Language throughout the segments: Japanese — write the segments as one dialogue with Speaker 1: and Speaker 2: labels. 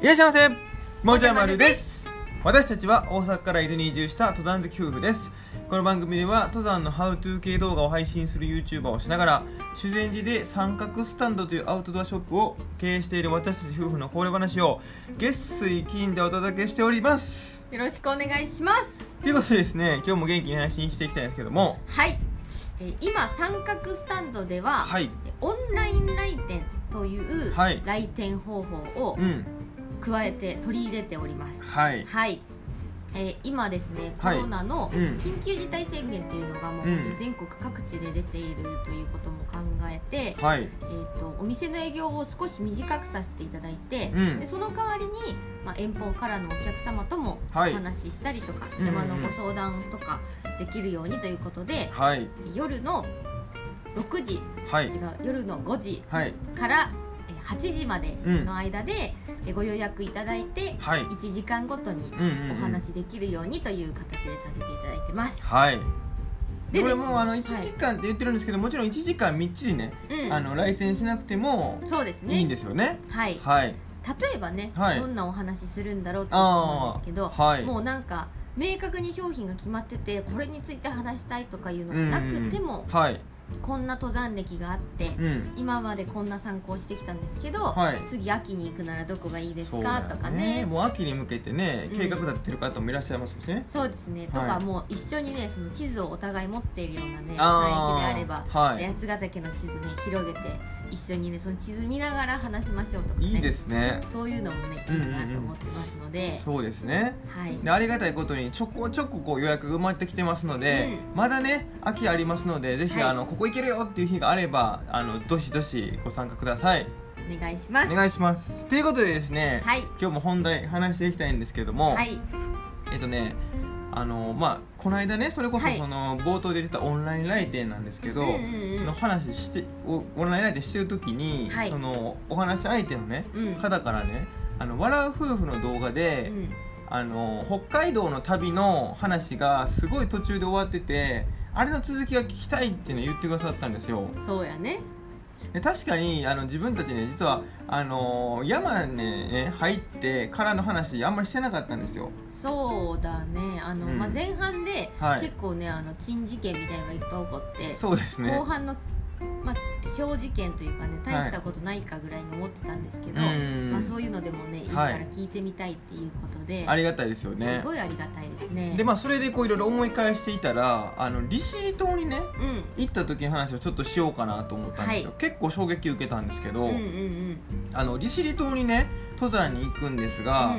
Speaker 1: いらっしゃいませもじゃまるです私たちは大阪から伊豆に移住した登山好き夫婦ですこの番組では登山のハウトゥー系動画を配信する YouTuber をしながら修善寺で三角スタンドというアウトドアショップを経営している私たち夫婦のこぼれ話を月水金でお届けしております
Speaker 2: よろしくお願いします
Speaker 1: ということでですね今日も元気に話していきたいんですけども
Speaker 2: はい、えー今三角スタンドでは、
Speaker 1: はい
Speaker 2: えーオンライン来店という
Speaker 1: はい
Speaker 2: 来店方法を
Speaker 1: うん
Speaker 2: 加えて取り入れております、
Speaker 1: はい
Speaker 2: はい、えー今ですねコ
Speaker 1: はい
Speaker 2: ロナの
Speaker 1: うん
Speaker 2: 緊急事態宣言というのがもう
Speaker 1: うん
Speaker 2: 全国各地で出ているということも考えて、
Speaker 1: はい
Speaker 2: えー、とお店の営業を少し短くさせていただいて、
Speaker 1: うん
Speaker 2: でその代わりに、まあ、遠方からのお客様ともお
Speaker 1: はい
Speaker 2: 話ししたりとか、
Speaker 1: うんうん
Speaker 2: 山のご相談とかできるようにということで、
Speaker 1: はい
Speaker 2: 夜の6時
Speaker 1: はい
Speaker 2: 違う夜の5時
Speaker 1: はい
Speaker 2: からえー8時までの間で、えご予約いただいて
Speaker 1: はい
Speaker 2: 1時間ごとに
Speaker 1: うんうんうん
Speaker 2: お話しできるようにという形でさせていただいてます。
Speaker 1: はい
Speaker 2: で
Speaker 1: これ
Speaker 2: です
Speaker 1: も
Speaker 2: ね
Speaker 1: うあの1時間って言ってるんですけど、もちろん1時間みっちりね、
Speaker 2: うん
Speaker 1: あの来店しなくても
Speaker 2: そうですね
Speaker 1: いいんですよね
Speaker 2: はい、
Speaker 1: はい
Speaker 2: 例えばね、
Speaker 1: はい
Speaker 2: どんなお話しするんだろうって思うん
Speaker 1: あ
Speaker 2: ですけ
Speaker 1: あ
Speaker 2: ど、
Speaker 1: はい
Speaker 2: もうなんか明確に商品が決まっててこれについて話したいとかいうのがなくても、
Speaker 1: はい
Speaker 2: こんな登山歴があって、
Speaker 1: うん
Speaker 2: 今までこんな参考してきたんですけど、
Speaker 1: はい
Speaker 2: 次秋に行くならどこがいいです
Speaker 1: そうだ
Speaker 2: か
Speaker 1: よ
Speaker 2: とかね
Speaker 1: もう秋に向けてね
Speaker 2: うん
Speaker 1: 計画立ってる方もいらっしゃいますしね、
Speaker 2: そうですね、と
Speaker 1: は
Speaker 2: か
Speaker 1: い
Speaker 2: もう一緒にねその地図をお互い持っているようなね
Speaker 1: あー
Speaker 2: 海域であれば、
Speaker 1: はい
Speaker 2: 八ヶ岳の地図ね広げて一緒にねその地図見ながら話しましょうとかね
Speaker 1: い、いですね
Speaker 2: そういうのもねいいなと思ってますので、
Speaker 1: そうですね
Speaker 2: はい
Speaker 1: でありがたいことにちょこちょここう予約が埋まってきてますので、まだね秋ありますのでぜひ、
Speaker 2: はい
Speaker 1: あのここ行けるよっていう日があればあのどしどしご参加ください
Speaker 2: お願いします
Speaker 1: お願いしますということでですね、
Speaker 2: はい
Speaker 1: 今日も本題話していきたいんですけども、
Speaker 2: はい
Speaker 1: えっとねあのまあこの間ねそれこそ
Speaker 2: はい
Speaker 1: その冒頭で出たオンライン来店なんですけど、
Speaker 2: うんうんうん
Speaker 1: の話しておオンライン来店してる時に、
Speaker 2: はい
Speaker 1: そのお話し相手のね、
Speaker 2: うん
Speaker 1: 方からねあの笑う夫婦の動画
Speaker 2: う
Speaker 1: で、
Speaker 2: ん
Speaker 1: あの北海道の旅の話がすごい途中で終わっててあれの続きが聞きたいってね言ってくださったんですよ。
Speaker 2: そうやね
Speaker 1: で確かにあの自分たちね実はあのー山にね入ってからの話あんまりしてなかったんですよ
Speaker 2: そうだねあの、
Speaker 1: うん
Speaker 2: まあ、前半で、
Speaker 1: はい
Speaker 2: 結構ねあの珍事件みたいなのがいっぱい起こって
Speaker 1: そうですね
Speaker 2: 後半の、まあ、小事件というかね大したことないかぐらいに思ってたんですけど、
Speaker 1: うん
Speaker 2: まあ、そういうのでもねいいか
Speaker 1: はい
Speaker 2: ら聞いてみたいっていうことで、
Speaker 1: ありがたいですよ
Speaker 2: す
Speaker 1: ね
Speaker 2: ごいありがたいですね
Speaker 1: でまあそれでこういろいろ思い返していたらあの利尻島にね
Speaker 2: うん
Speaker 1: 行った時の話をちょっとしようかなと思ったんですよ、
Speaker 2: は
Speaker 1: 結構衝撃受けたんですけ
Speaker 2: う
Speaker 1: ど、
Speaker 2: んうんうん
Speaker 1: あの利尻島にね登山に行くんですが、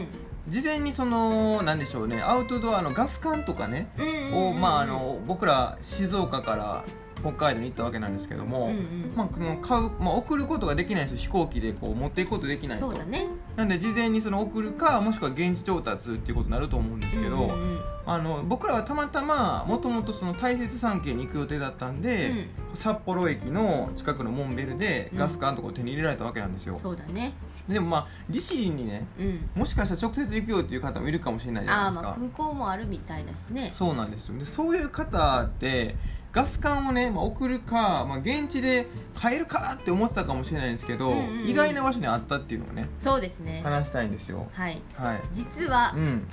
Speaker 1: 事前にそのなんでしょうねアウトドアのガス管とかね
Speaker 2: うんうんうんうん
Speaker 1: を、まあ、あの僕ら静岡から北海道に行ったわけなんですけども、
Speaker 2: うんうん
Speaker 1: まあ、この買う、まあ、送ることができないんですよ飛行機でこう持っていくことできない
Speaker 2: そ
Speaker 1: と
Speaker 2: うだね
Speaker 1: なんで事前にその送るかもしくは現地調達っていうことになると思うんですけど、
Speaker 2: うんうんうん
Speaker 1: あの僕らはたまたまもともとその大雪山系に行く予定だったんで、札幌駅の近くのモンベルで
Speaker 2: うん
Speaker 1: ガス缶とかを手に入れられたわけなんです
Speaker 2: うん
Speaker 1: よ、
Speaker 2: そうだね
Speaker 1: でもまあ利尻にね
Speaker 2: うん
Speaker 1: もしかしたら直接行くよっていう方もいるかもしれないじゃな
Speaker 2: ああ
Speaker 1: いです
Speaker 2: まあ
Speaker 1: か
Speaker 2: 空港もあるみたいだしね
Speaker 1: そうなんですよでそういう方ってガス管をね、まあ、送るか、まあ、現地で買えるかって思ってたかもしれないんですけど、
Speaker 2: うんうんうん
Speaker 1: 意外な場所にあったっていうのをね
Speaker 2: そうですね
Speaker 1: 話したいんですよ
Speaker 2: はい
Speaker 1: はい
Speaker 2: 実は
Speaker 1: うん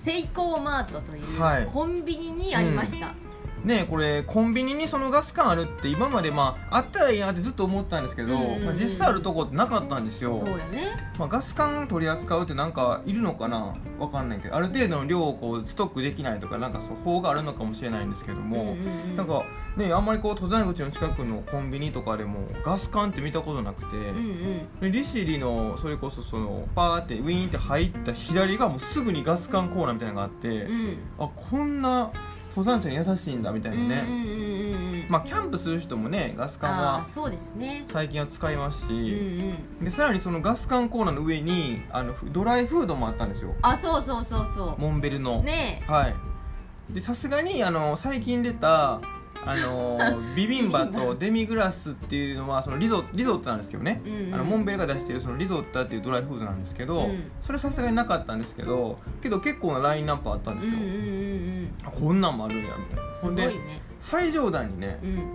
Speaker 2: セイコーマートという、
Speaker 1: はい
Speaker 2: コンビニにありました、
Speaker 1: ねえこれコンビニにそのガス管あるって今までまああったらいいなってずっと思ってたんですけど、
Speaker 2: うんうんうん
Speaker 1: まあ、実際あるとこってなかったんですよ
Speaker 2: そうやね
Speaker 1: まあ、ガス管取り扱うってなんかいるのかなわかんないけどある程度の量をこうストックできないとかなんかそう法があるのかもしれないんですけども、
Speaker 2: んんうん
Speaker 1: なんかねあんまりこう登山口の近くのコンビニとかでもガス管って見たことなくて、
Speaker 2: うんう
Speaker 1: で
Speaker 2: ん
Speaker 1: 利尻のそれこそそのパーってウィーンって入った左がもうすぐにガス管コーナーみたいなのがあって、
Speaker 2: うん
Speaker 1: あこんな登山者に優しいんだみたいなね、
Speaker 2: うんうんうんうんうん
Speaker 1: まあキャンプする人もねガス管
Speaker 2: あー
Speaker 1: は
Speaker 2: そうですね
Speaker 1: 最近は使いますし、
Speaker 2: うんうん
Speaker 1: でさらにそのガス管コーナーの上にあのドライフードもあったんですよ
Speaker 2: あそうそうそうそ
Speaker 1: モンベルの、
Speaker 2: うね
Speaker 1: はいでさすがにあの最近出たあの ビビンバとデミグラスっていうのはそのリゾリゾットなんですけどね、
Speaker 2: え、うんうん、
Speaker 1: あのモンベルが出してるそのリゾッタっていうドライフードなんですけど、
Speaker 2: うん
Speaker 1: それはさすがになかったんですけどけど結構なラインナップあったんで
Speaker 2: う
Speaker 1: す
Speaker 2: んう
Speaker 1: よ、
Speaker 2: んうんうん
Speaker 1: あこんなんもあるんやみたいな
Speaker 2: す
Speaker 1: ほ
Speaker 2: ご
Speaker 1: ん
Speaker 2: い
Speaker 1: で
Speaker 2: ね
Speaker 1: 最上段にね
Speaker 2: うん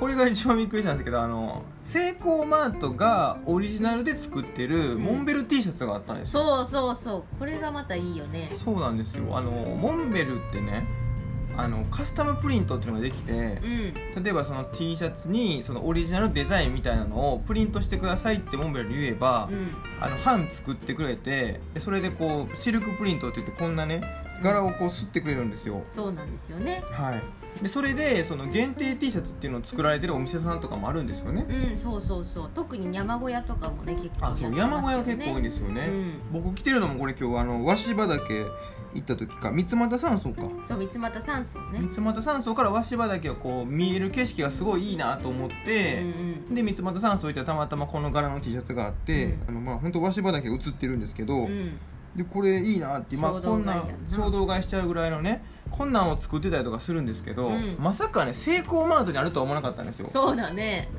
Speaker 1: これが一番びっくりしたんですけどあのセイコーマートがオリジナルで作ってるモンベル T シャツがあったんですよ、
Speaker 2: そうそうそうこれがまたいいよね
Speaker 1: そうなんですよあのモンベルってねあのカスタムプリントっていうのができて
Speaker 2: うん
Speaker 1: 例えばその T シャツにそのオリジナルデザインみたいなのをプリントしてくださいってモンベルに言えば、
Speaker 2: うん
Speaker 1: あの版作ってくれてでそれでこうシルクプリントって言ってこんなね柄をこう吸ってくれるんですよ、
Speaker 2: そうなんですよね
Speaker 1: はい、でそれでその限定 T シャツっていうのを作られてるお店さんとかもあるんですよね
Speaker 2: うんそうそうそう特に山小屋とかもね結構
Speaker 1: あそう
Speaker 2: やって
Speaker 1: 山
Speaker 2: ま
Speaker 1: 小
Speaker 2: すよ
Speaker 1: 屋結構多いんですよね、
Speaker 2: うん
Speaker 1: 僕着てるのもこれ今日あの鷲羽岳行った時か三俣山荘か、
Speaker 2: そう三俣山荘ね
Speaker 1: 三俣山荘から鷲羽岳をこう見える景色がすごいいいなと思っ
Speaker 2: うんう
Speaker 1: て、
Speaker 2: ん
Speaker 1: で三俣山荘行ったらたまたまこの柄の T シャツがあって、
Speaker 2: うん
Speaker 1: あのまあ本当鷲羽岳が写ってるんですけど、
Speaker 2: うん
Speaker 1: でこれいいなって、まあ、
Speaker 2: 衝
Speaker 1: こ
Speaker 2: 動
Speaker 1: んな
Speaker 2: 買い
Speaker 1: ん
Speaker 2: やな
Speaker 1: 衝動買いしちゃうぐらいのねこんなんを作ってたりとかするんですけど、
Speaker 2: うん
Speaker 1: まさかねセイコーマートにあるとは思わなかったんですよ
Speaker 2: そうだね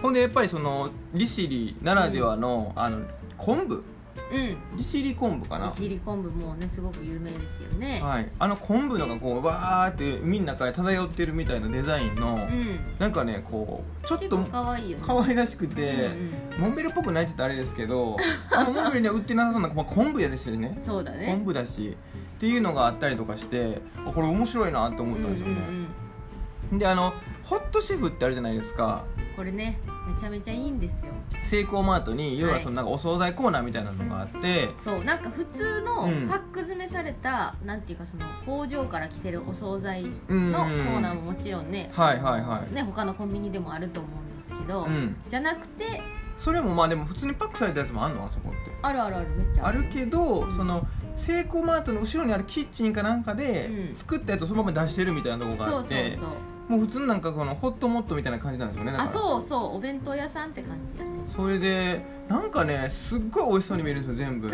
Speaker 1: ほんでやっぱりその利尻ならではの,、あの昆布
Speaker 2: うん
Speaker 1: 利尻昆布かな
Speaker 2: 利尻昆布もねすごく有名ですよね、
Speaker 1: はい、あの昆布のがこうわーって海の中で漂ってるみたいなデザインの、
Speaker 2: うん
Speaker 1: なんかねこうちょっ
Speaker 2: 結
Speaker 1: と
Speaker 2: 構可愛いよね
Speaker 1: 可愛らしくて、
Speaker 2: うん
Speaker 1: モンベルっぽくないって言ったらあれですけ どあのモンベルには売ってなさそうな、まあ、昆布やですよね
Speaker 2: うん、そうだね
Speaker 1: 昆布だしっていうのがあったりとかしてあこれ面白いなって思ったんですよね、
Speaker 2: うんうんうん
Speaker 1: であのホットシェフってあるじゃないですか
Speaker 2: これねめちゃめちゃいいんですよ
Speaker 1: セイコーマートに要は
Speaker 2: はい
Speaker 1: そのなんかお惣菜コーナーみたいなのがあって、
Speaker 2: そうなんか普通の
Speaker 1: うん
Speaker 2: パック詰めされた、なんていうかその工場から来てるお惣菜の
Speaker 1: うんうん
Speaker 2: コーナーももちろんね、
Speaker 1: はいはいはい、
Speaker 2: ね他のコンビニでもあると思うんですけど、
Speaker 1: うん、
Speaker 2: じゃなくて
Speaker 1: それもまあでも普通にパックされたやつもあんのあそこって
Speaker 2: あるあるあるめっちゃ
Speaker 1: あるけど
Speaker 2: ん
Speaker 1: そのセイコーマートの後ろにあるキッチンかなんかで
Speaker 2: うん
Speaker 1: 作ったやつをそのまま出してるみたいなとこが
Speaker 2: そ
Speaker 1: あ
Speaker 2: う
Speaker 1: っ
Speaker 2: そう
Speaker 1: て
Speaker 2: そう
Speaker 1: もう普通のなんかこのホットモットみたいな感じなんですよねだから
Speaker 2: あそうそうお弁当屋さんって感じやね
Speaker 1: それでなんかねすっごい美味しそうに見えるんですよ全 部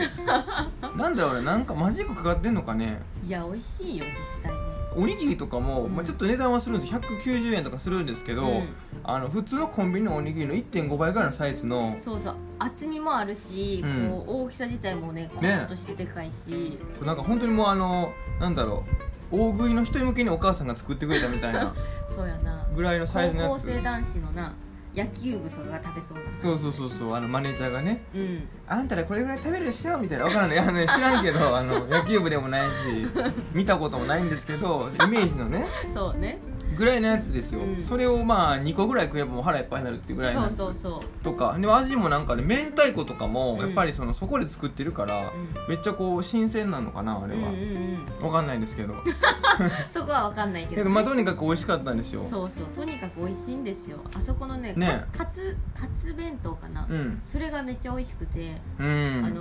Speaker 1: なんだろうねなんかマジックかかってんのかね
Speaker 2: いや美味しいよ実際ね
Speaker 1: おにぎりとかも、
Speaker 2: うん
Speaker 1: まあ、ちょっと値段はするんです190円とかするんですけど、
Speaker 2: う
Speaker 1: あの普通のコンビニのおにぎりの1.5倍ぐらいのサイズの
Speaker 2: ん、そうそう厚みもあるし、
Speaker 1: うん
Speaker 2: こう大きさ自体もねコロンとしてでかいし、
Speaker 1: そうなんか本当にもうあのなんだろう大食いの人向けにお母さんが作ってくれたみたいな
Speaker 2: そうやな
Speaker 1: ぐらいのサイズの
Speaker 2: 高
Speaker 1: や
Speaker 2: 校
Speaker 1: つ
Speaker 2: 生男子のな野球部とかが食べそうな
Speaker 1: そうそうそうそうあのマネージャーがね
Speaker 2: うん
Speaker 1: 「あんたらこれぐらい食べるでしょ」みたいな分からないあ の、ね、知らんけどあの野球部でもないし見たこともないんですけどイメージのね
Speaker 2: そうね
Speaker 1: ぐらいのやつですよ、
Speaker 2: うん
Speaker 1: それをまあ2個ぐらい食えばもう腹いっぱいになるっていうぐらいの
Speaker 2: そ
Speaker 1: や
Speaker 2: う
Speaker 1: つ
Speaker 2: そうそ
Speaker 1: とかで味もなんかね明太子とかも
Speaker 2: うん
Speaker 1: やっぱりそのそこで作ってるから
Speaker 2: う、うん
Speaker 1: めっちゃこう新鮮なのかなあれは、
Speaker 2: うんうんうん、
Speaker 1: わかんないですけど
Speaker 2: そこは分かんないけ
Speaker 1: け
Speaker 2: ど、
Speaker 1: ど
Speaker 2: ね
Speaker 1: まあとにかく美味しかったんですよ
Speaker 2: そうそうとにかく美味しいんですよあそこのね
Speaker 1: ね
Speaker 2: かかつかつ弁当かな、
Speaker 1: うん
Speaker 2: それがめっちゃ美味しくて、
Speaker 1: う
Speaker 2: あの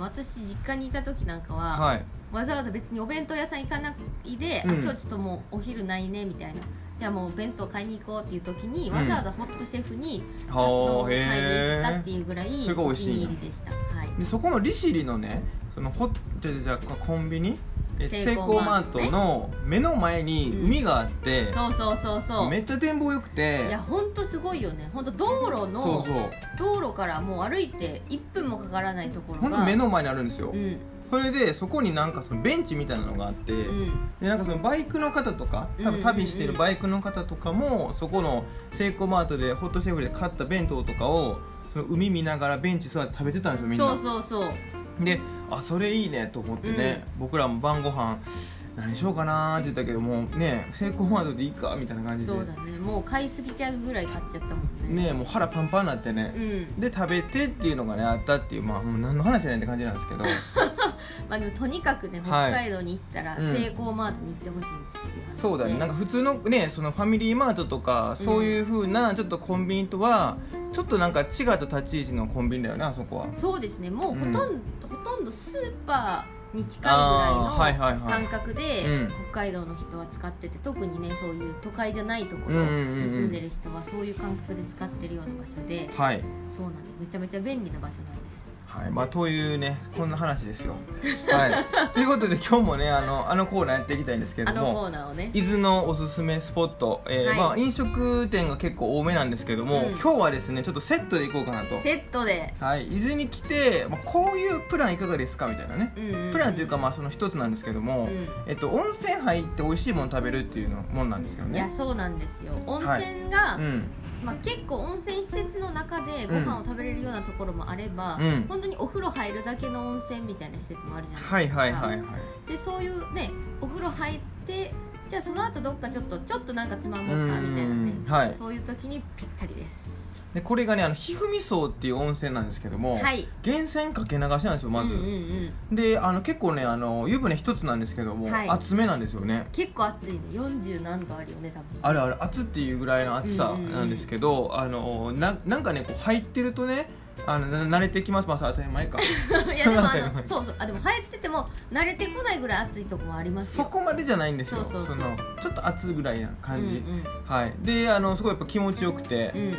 Speaker 1: ん
Speaker 2: 私実家にいた時なんかは、
Speaker 1: はい
Speaker 2: わざわざ別にお弁当屋さん行かないで、
Speaker 1: うん
Speaker 2: あ今日ちょっともうお昼ないねみたいなじゃあもう弁当買いに行こうっていう時に、わざわざホットシェフにカツ丼を
Speaker 1: は
Speaker 2: 買いに行った
Speaker 1: へ
Speaker 2: って
Speaker 1: え
Speaker 2: いうぐらい
Speaker 1: すごい
Speaker 2: お
Speaker 1: 美
Speaker 2: 気
Speaker 1: 味しい
Speaker 2: に
Speaker 1: な
Speaker 2: 入りでしたはい
Speaker 1: でそこの利尻のねそのホじゃじゃじゃコンビニえ
Speaker 2: セイ
Speaker 1: セイ
Speaker 2: コ
Speaker 1: コ
Speaker 2: ー
Speaker 1: ー
Speaker 2: マ
Speaker 1: マ
Speaker 2: ー
Speaker 1: ー
Speaker 2: ト
Speaker 1: ト
Speaker 2: ね
Speaker 1: の目の前に海があって、
Speaker 2: そうそうそうそう
Speaker 1: めっちゃ展望良くて
Speaker 2: いやほんとすごいよねほんと道路の
Speaker 1: そうそう
Speaker 2: 道路からもう歩いて1分もかからないところ
Speaker 1: ほんと
Speaker 2: が
Speaker 1: 目の前にあるんですよ、
Speaker 2: うん
Speaker 1: それでそこになんかそのベンチみたいなのがあって、
Speaker 2: うん
Speaker 1: でなんかそのバイクの方とか多
Speaker 2: うんうんう
Speaker 1: 分
Speaker 2: ん
Speaker 1: 旅してるバイクの方とかもそこのセイコーマートでホットシェフで買った弁当とかをその海見ながらベンチ座って食べてたんですよみんな
Speaker 2: そうそうそう
Speaker 1: であそれいいねと思ってね、僕らも晩ご飯何しようかなーって言ったけどもうねセイコーマートでいいかみたいな感じで
Speaker 2: そうだねもう買いすぎちゃうぐらい買っちゃったもんね
Speaker 1: ねもう腹パンパンになって
Speaker 2: う
Speaker 1: ね、
Speaker 2: ん
Speaker 1: で食べてっていうのがねあったっていうまあもう何の話じゃないって感じなんです けど
Speaker 2: まあでもとにかくね北
Speaker 1: はい
Speaker 2: 海道に行ったら
Speaker 1: うん
Speaker 2: セイコーマートに行ってほしいんですっていう話
Speaker 1: そうだねなんか普通のねそのファミリーマートとかそういうふうなちょっとコンビニとはちょっとなんか違った立ち位置のコンビニだよねあそこは
Speaker 2: そうですねもうほとんど、ほとんどスーパーに近いぐ
Speaker 1: あーは
Speaker 2: ら
Speaker 1: い
Speaker 2: い
Speaker 1: はい
Speaker 2: の
Speaker 1: はい
Speaker 2: 感覚で
Speaker 1: うん
Speaker 2: 北海道の人は使ってて特にねそういう都会じゃないところ
Speaker 1: う
Speaker 2: に
Speaker 1: んうんうんうん
Speaker 2: 住んでる人はそういう感覚で使ってるような場所で
Speaker 1: はい、
Speaker 2: そうなんですめちゃめちゃ便利な場所なんです
Speaker 1: はい、まあというねこんな話ですよ はいということで今日もねあのあのコーナーやっていきたいんですけ
Speaker 2: あ
Speaker 1: ど
Speaker 2: のコ
Speaker 1: も
Speaker 2: ーナーをね
Speaker 1: 伊豆のおすすめスポット、えー
Speaker 2: はい
Speaker 1: まあ、飲食店が結構多めなんですけども、
Speaker 2: うん
Speaker 1: 今日はですねちょっとセットでいこうかなと、
Speaker 2: セットで、
Speaker 1: はい、伊豆に来て、まあ、こういうプランいかがですかみたいなね
Speaker 2: うんうん
Speaker 1: プランというかまあその一つなんですけども、
Speaker 2: うん
Speaker 1: えっと、温泉入って美味しいもの食べるっていうのもんなんですけど
Speaker 2: いや
Speaker 1: ね
Speaker 2: そうなんですよ温
Speaker 1: はい
Speaker 2: 泉が
Speaker 1: うん
Speaker 2: まあ、結構温泉施設の中でご飯を食べれるようなところもあれば、
Speaker 1: うん
Speaker 2: 本当にお風呂入るだけの温泉みたいな施設もあるじゃな
Speaker 1: はいい
Speaker 2: ですか、
Speaker 1: はいはいはい
Speaker 2: でそういうねお風呂入ってじゃあその後どっかちょっとちょっとなんかつまもうかみたいなね
Speaker 1: うんはい
Speaker 2: そういう時にぴったりです
Speaker 1: でこれがねあのひふみ荘っていう温泉なんですけども、
Speaker 2: はい
Speaker 1: 源泉かけ流しなんですよまず、
Speaker 2: うんうんうん、
Speaker 1: であの結構ねあの湯船一つなんですけども、
Speaker 2: はい
Speaker 1: 厚めなんですよね
Speaker 2: 結構暑いね40何度あるよね多分
Speaker 1: あるある熱っていうぐらいの暑さなんですけど、あのななんかねこう入ってるとねあのな慣れてきますまあそれ当たり 前か
Speaker 2: いやでもあ
Speaker 1: なんか今
Speaker 2: のそうそうあでも入ってても慣れてこないぐらい暑いとこもあります
Speaker 1: そ
Speaker 2: よ
Speaker 1: こまでじゃないんですよ
Speaker 2: そうそうそう
Speaker 1: のちょっと暑ぐらいな感じ、
Speaker 2: うん
Speaker 1: はいであのすごいやっぱ気持ちよくて、
Speaker 2: うん、うん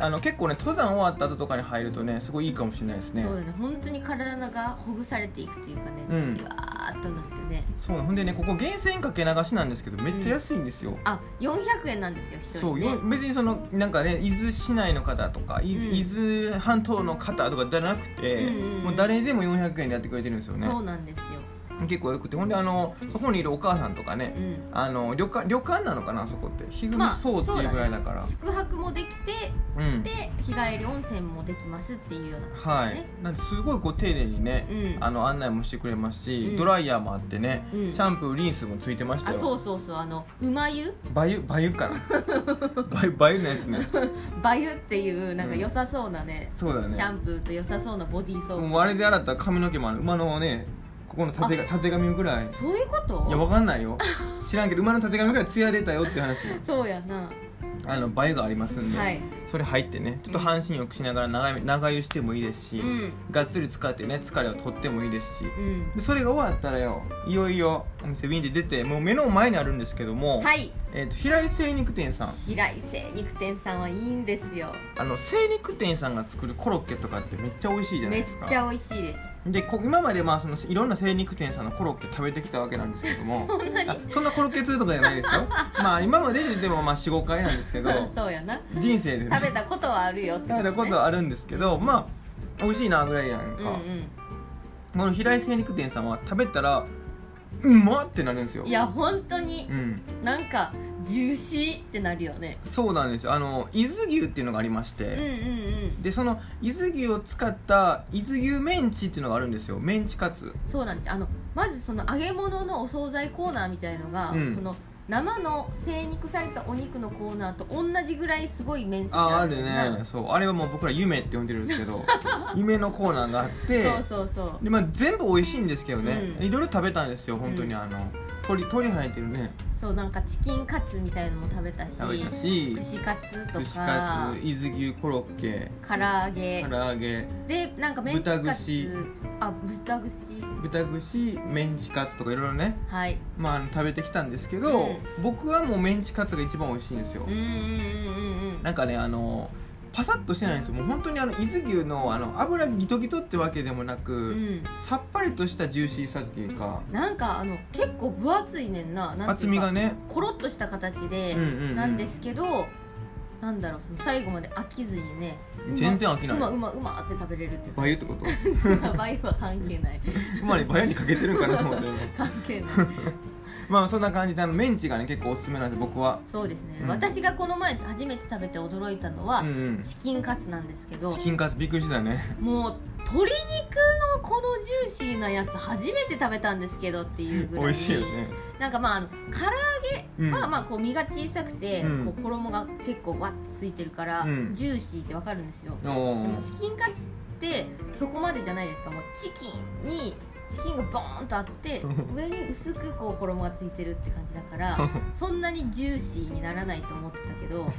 Speaker 1: あの結構ね登山終わった後とかに入るとねすごいいいかもしれないですね
Speaker 2: そうだね本当に体がほぐされていくというかね、
Speaker 1: うん
Speaker 2: じわーっとなってね
Speaker 1: そうほんでねここ源泉かけ流しなんですけどめっちゃ安いんですよ、
Speaker 2: あ400円なんですよ
Speaker 1: そ
Speaker 2: 一人
Speaker 1: う
Speaker 2: ね
Speaker 1: よ別にそのなんかね伊豆市内の方とか伊,、
Speaker 2: うん
Speaker 1: 豆半島の方とかじゃなくて、
Speaker 2: うんうんうん
Speaker 1: もう誰でも400円でやってくれてるんですよね
Speaker 2: そうなんですよ、
Speaker 1: 結構よくてほんであのそこにいるお母さんとかね、
Speaker 2: う
Speaker 1: あの旅館旅館なのかなあそこってひぐみそうっていうぐらいだから、
Speaker 2: ん、宿泊もできて
Speaker 1: うん
Speaker 2: で日帰り温泉もできますっていうような
Speaker 1: はい、
Speaker 2: ね
Speaker 1: なんですごいこう丁寧にね、
Speaker 2: うん
Speaker 1: あの案内もしてくれますし、
Speaker 2: うん
Speaker 1: ドライヤーもあってね、
Speaker 2: うん
Speaker 1: シャンプーリンスもついてました
Speaker 2: あ
Speaker 1: よ
Speaker 2: そうそうそうあのうま湯
Speaker 1: バユバユ かなバユバユのやつね
Speaker 2: バ湯っていうなんか
Speaker 1: うん
Speaker 2: 良さそうなね、
Speaker 1: そうだ
Speaker 2: シャ
Speaker 1: ね
Speaker 2: ンプーと良さそうなボディーソープ、
Speaker 1: もうあれで洗ったら髪の毛もある馬のねここの縦が縦髪ぐらい
Speaker 2: そういうこと
Speaker 1: いやわかんないよ知らんけど馬の縦髪ぐらい艶出たよって話
Speaker 2: そうやな
Speaker 1: あのバユがありますんで、
Speaker 2: はい
Speaker 1: それ入ってねちょっと半身浴しながら長い長湯してもいいですし、
Speaker 2: うん
Speaker 1: がっつり使ってね疲れを取ってもいいですし
Speaker 2: うん
Speaker 1: でそれが終わったらよいよいよお店ウィンで出てもう目の前にあるんですけども、
Speaker 2: はい
Speaker 1: えー、と平井精肉店さん
Speaker 2: 平井精肉店さんはいいんですよ
Speaker 1: あの精肉店さんが作るコロッケとかってめっちゃ美味しいじゃな
Speaker 2: め
Speaker 1: い
Speaker 2: っ
Speaker 1: ですか
Speaker 2: ちゃ美味しいです
Speaker 1: でこ今までまあそのいろんな精肉店さんのコロッケ食べてきたわけなんですけども
Speaker 2: そんなに
Speaker 1: あそんなコロッケ通とかじゃない ですよまあ今までででもまあ45回なんですけど
Speaker 2: そうやな
Speaker 1: 人生でね
Speaker 2: 食べたことはあるよって
Speaker 1: 食べたこと
Speaker 2: は
Speaker 1: はあるんですけど、まあ美味しいなぐらいやん
Speaker 2: う
Speaker 1: か、
Speaker 2: んうん
Speaker 1: この平井精肉店さんは食べたらうんまってなるんですよ
Speaker 2: いや本当に
Speaker 1: うん
Speaker 2: なんかジューシーってなるよね
Speaker 1: そうなんですよあの伊豆牛っていうのがありまし
Speaker 2: うんうん
Speaker 1: て、でその伊豆牛を使った伊豆牛メンチっていうのがあるんですよメンチカツ
Speaker 2: うんそうなんですあのまずその揚げ物のお惣菜コーナーみたいのが、
Speaker 1: うん
Speaker 2: その生の精肉されたお肉のコーナーと同じぐらいすごい面積
Speaker 1: あああ
Speaker 2: んだ
Speaker 1: る
Speaker 2: よ
Speaker 1: ねそうあれはもう僕ら夢って呼んでるんですけ ど夢のコーナーがあって
Speaker 2: なそうそうそう
Speaker 1: で、まあ、全部美味しいんですけどね、
Speaker 2: うん
Speaker 1: いろいろ食べたんですよ本当に、
Speaker 2: うん
Speaker 1: あの鳥鳥生えてるね
Speaker 2: そうなんかチキンカツみたいのも食べたし
Speaker 1: 食べたし
Speaker 2: 串カツと
Speaker 1: 串
Speaker 2: か
Speaker 1: カツ伊豆牛コロッケ
Speaker 2: 唐揚げ
Speaker 1: 唐揚げ
Speaker 2: でなんかメンチカツ
Speaker 1: 豚串
Speaker 2: あ豚串
Speaker 1: 豚串メンチカツとかいろいろね、
Speaker 2: はい
Speaker 1: まああの、食べてきたんですけど、
Speaker 2: う
Speaker 1: 僕はもうメンチカツが一番美味しいんですよ、
Speaker 2: うんうんうんうんうん
Speaker 1: なんかねあのパサッとしてないんですよもう本当にあの伊豆牛のあの油ギトギトってわけでもなく、
Speaker 2: うん
Speaker 1: さっぱりとしたジューシーさっていうか
Speaker 2: なんかあの結構分厚いねんななんて
Speaker 1: 厚
Speaker 2: いう
Speaker 1: み
Speaker 2: か
Speaker 1: がね
Speaker 2: コロッとした形で
Speaker 1: うんうんうん
Speaker 2: なんですけど、なんだろうその最後まで飽きずにね
Speaker 1: 全然飽きな
Speaker 2: うまう
Speaker 1: い
Speaker 2: まうまって食べれるっていう
Speaker 1: バユってこと
Speaker 2: とバユは関係ない
Speaker 1: まりバユにかけてるんかなと思 って
Speaker 2: 関係ない
Speaker 1: まあそんな感じであのメンチがね結構おすすめなんで僕は
Speaker 2: そうですね、
Speaker 1: うん
Speaker 2: 私がこの前初めて食べて驚いたのは、
Speaker 1: うんうん
Speaker 2: チキンカツなんですけど
Speaker 1: チキンカツびっくりしたね
Speaker 2: もう鶏肉のこのジューシーなやつ初めて食べたんですけどっていう
Speaker 1: 美
Speaker 2: ぐらい
Speaker 1: 味しいよね
Speaker 2: なんかまああの唐
Speaker 1: う
Speaker 2: 揚
Speaker 1: ん
Speaker 2: げはまあこう身が小さくて、
Speaker 1: うん
Speaker 2: こう衣が結構わってついてるから、
Speaker 1: うん
Speaker 2: ジューシーってわかるんですよ、
Speaker 1: お
Speaker 2: でも
Speaker 1: ー
Speaker 2: チキンカツってそこまでじゃないですかもうチキンにチキンがボーンとあって
Speaker 1: う
Speaker 2: 上に薄くこう衣がついてるって感じだから そんなにジューシーにならないと思ってたけどもう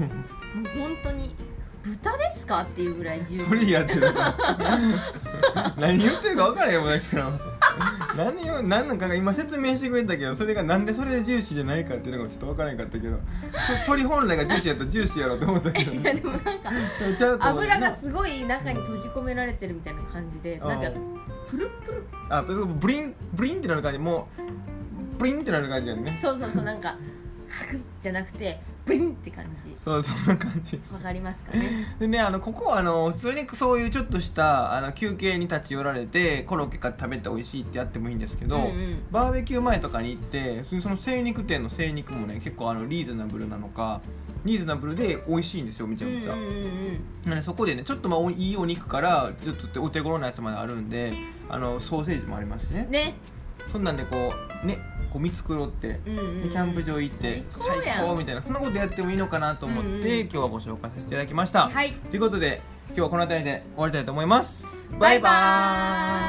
Speaker 2: 本当に豚ですかっていうぐらいジューシー
Speaker 1: 鳥やってるから何言ってるか分からへんもんだけど何を何なんかが今説明してくれたけどそれがなんでそれでジューシーじゃないかっていうのがちょっと分からへんかったけど鳥本来がジューシーやったらジューシーやろうと思ったけど
Speaker 2: いやでもなんか
Speaker 1: ちゃうと思う
Speaker 2: 油がすごい中に閉じ込められてるみたいな感じで
Speaker 1: うん
Speaker 2: なんかプルプル
Speaker 1: あそうブリンブリンってなる感じもうブリンってなる感じやね
Speaker 2: そうそうそうなんかハクじゃなくてブリンって感じ
Speaker 1: そうそんな感じです
Speaker 2: わかりますかね
Speaker 1: でねあのここはあの普通にそういうちょっとしたあの休憩に立ち寄られてコロッケ買って食べて美味しいってやってもいいんですけど、
Speaker 2: うんうん
Speaker 1: バーベキュー前とかに行って普通にその精肉店の精肉もね結構あのリーズナブルなのかリーズナブルで美味しいんですよめち
Speaker 2: う
Speaker 1: ゃ
Speaker 2: んうん
Speaker 1: めちゃ、
Speaker 2: うん
Speaker 1: なのでそこでねちょっとまあおいいお肉からちょっとお手頃なやつまであるんであのソーセージもありますしね
Speaker 2: うんね
Speaker 1: そんなんでこうねこう見繕って
Speaker 2: うんうんう
Speaker 1: で
Speaker 2: ん
Speaker 1: キャンプ場行って
Speaker 2: 最高やん
Speaker 1: みたいなそんなことやってもいいのかなと思って、
Speaker 2: うんうん
Speaker 1: 今日はご紹介させていただきました、
Speaker 2: はい
Speaker 1: ということで今日はこの辺りで終わりたいと思います
Speaker 2: バイバーイ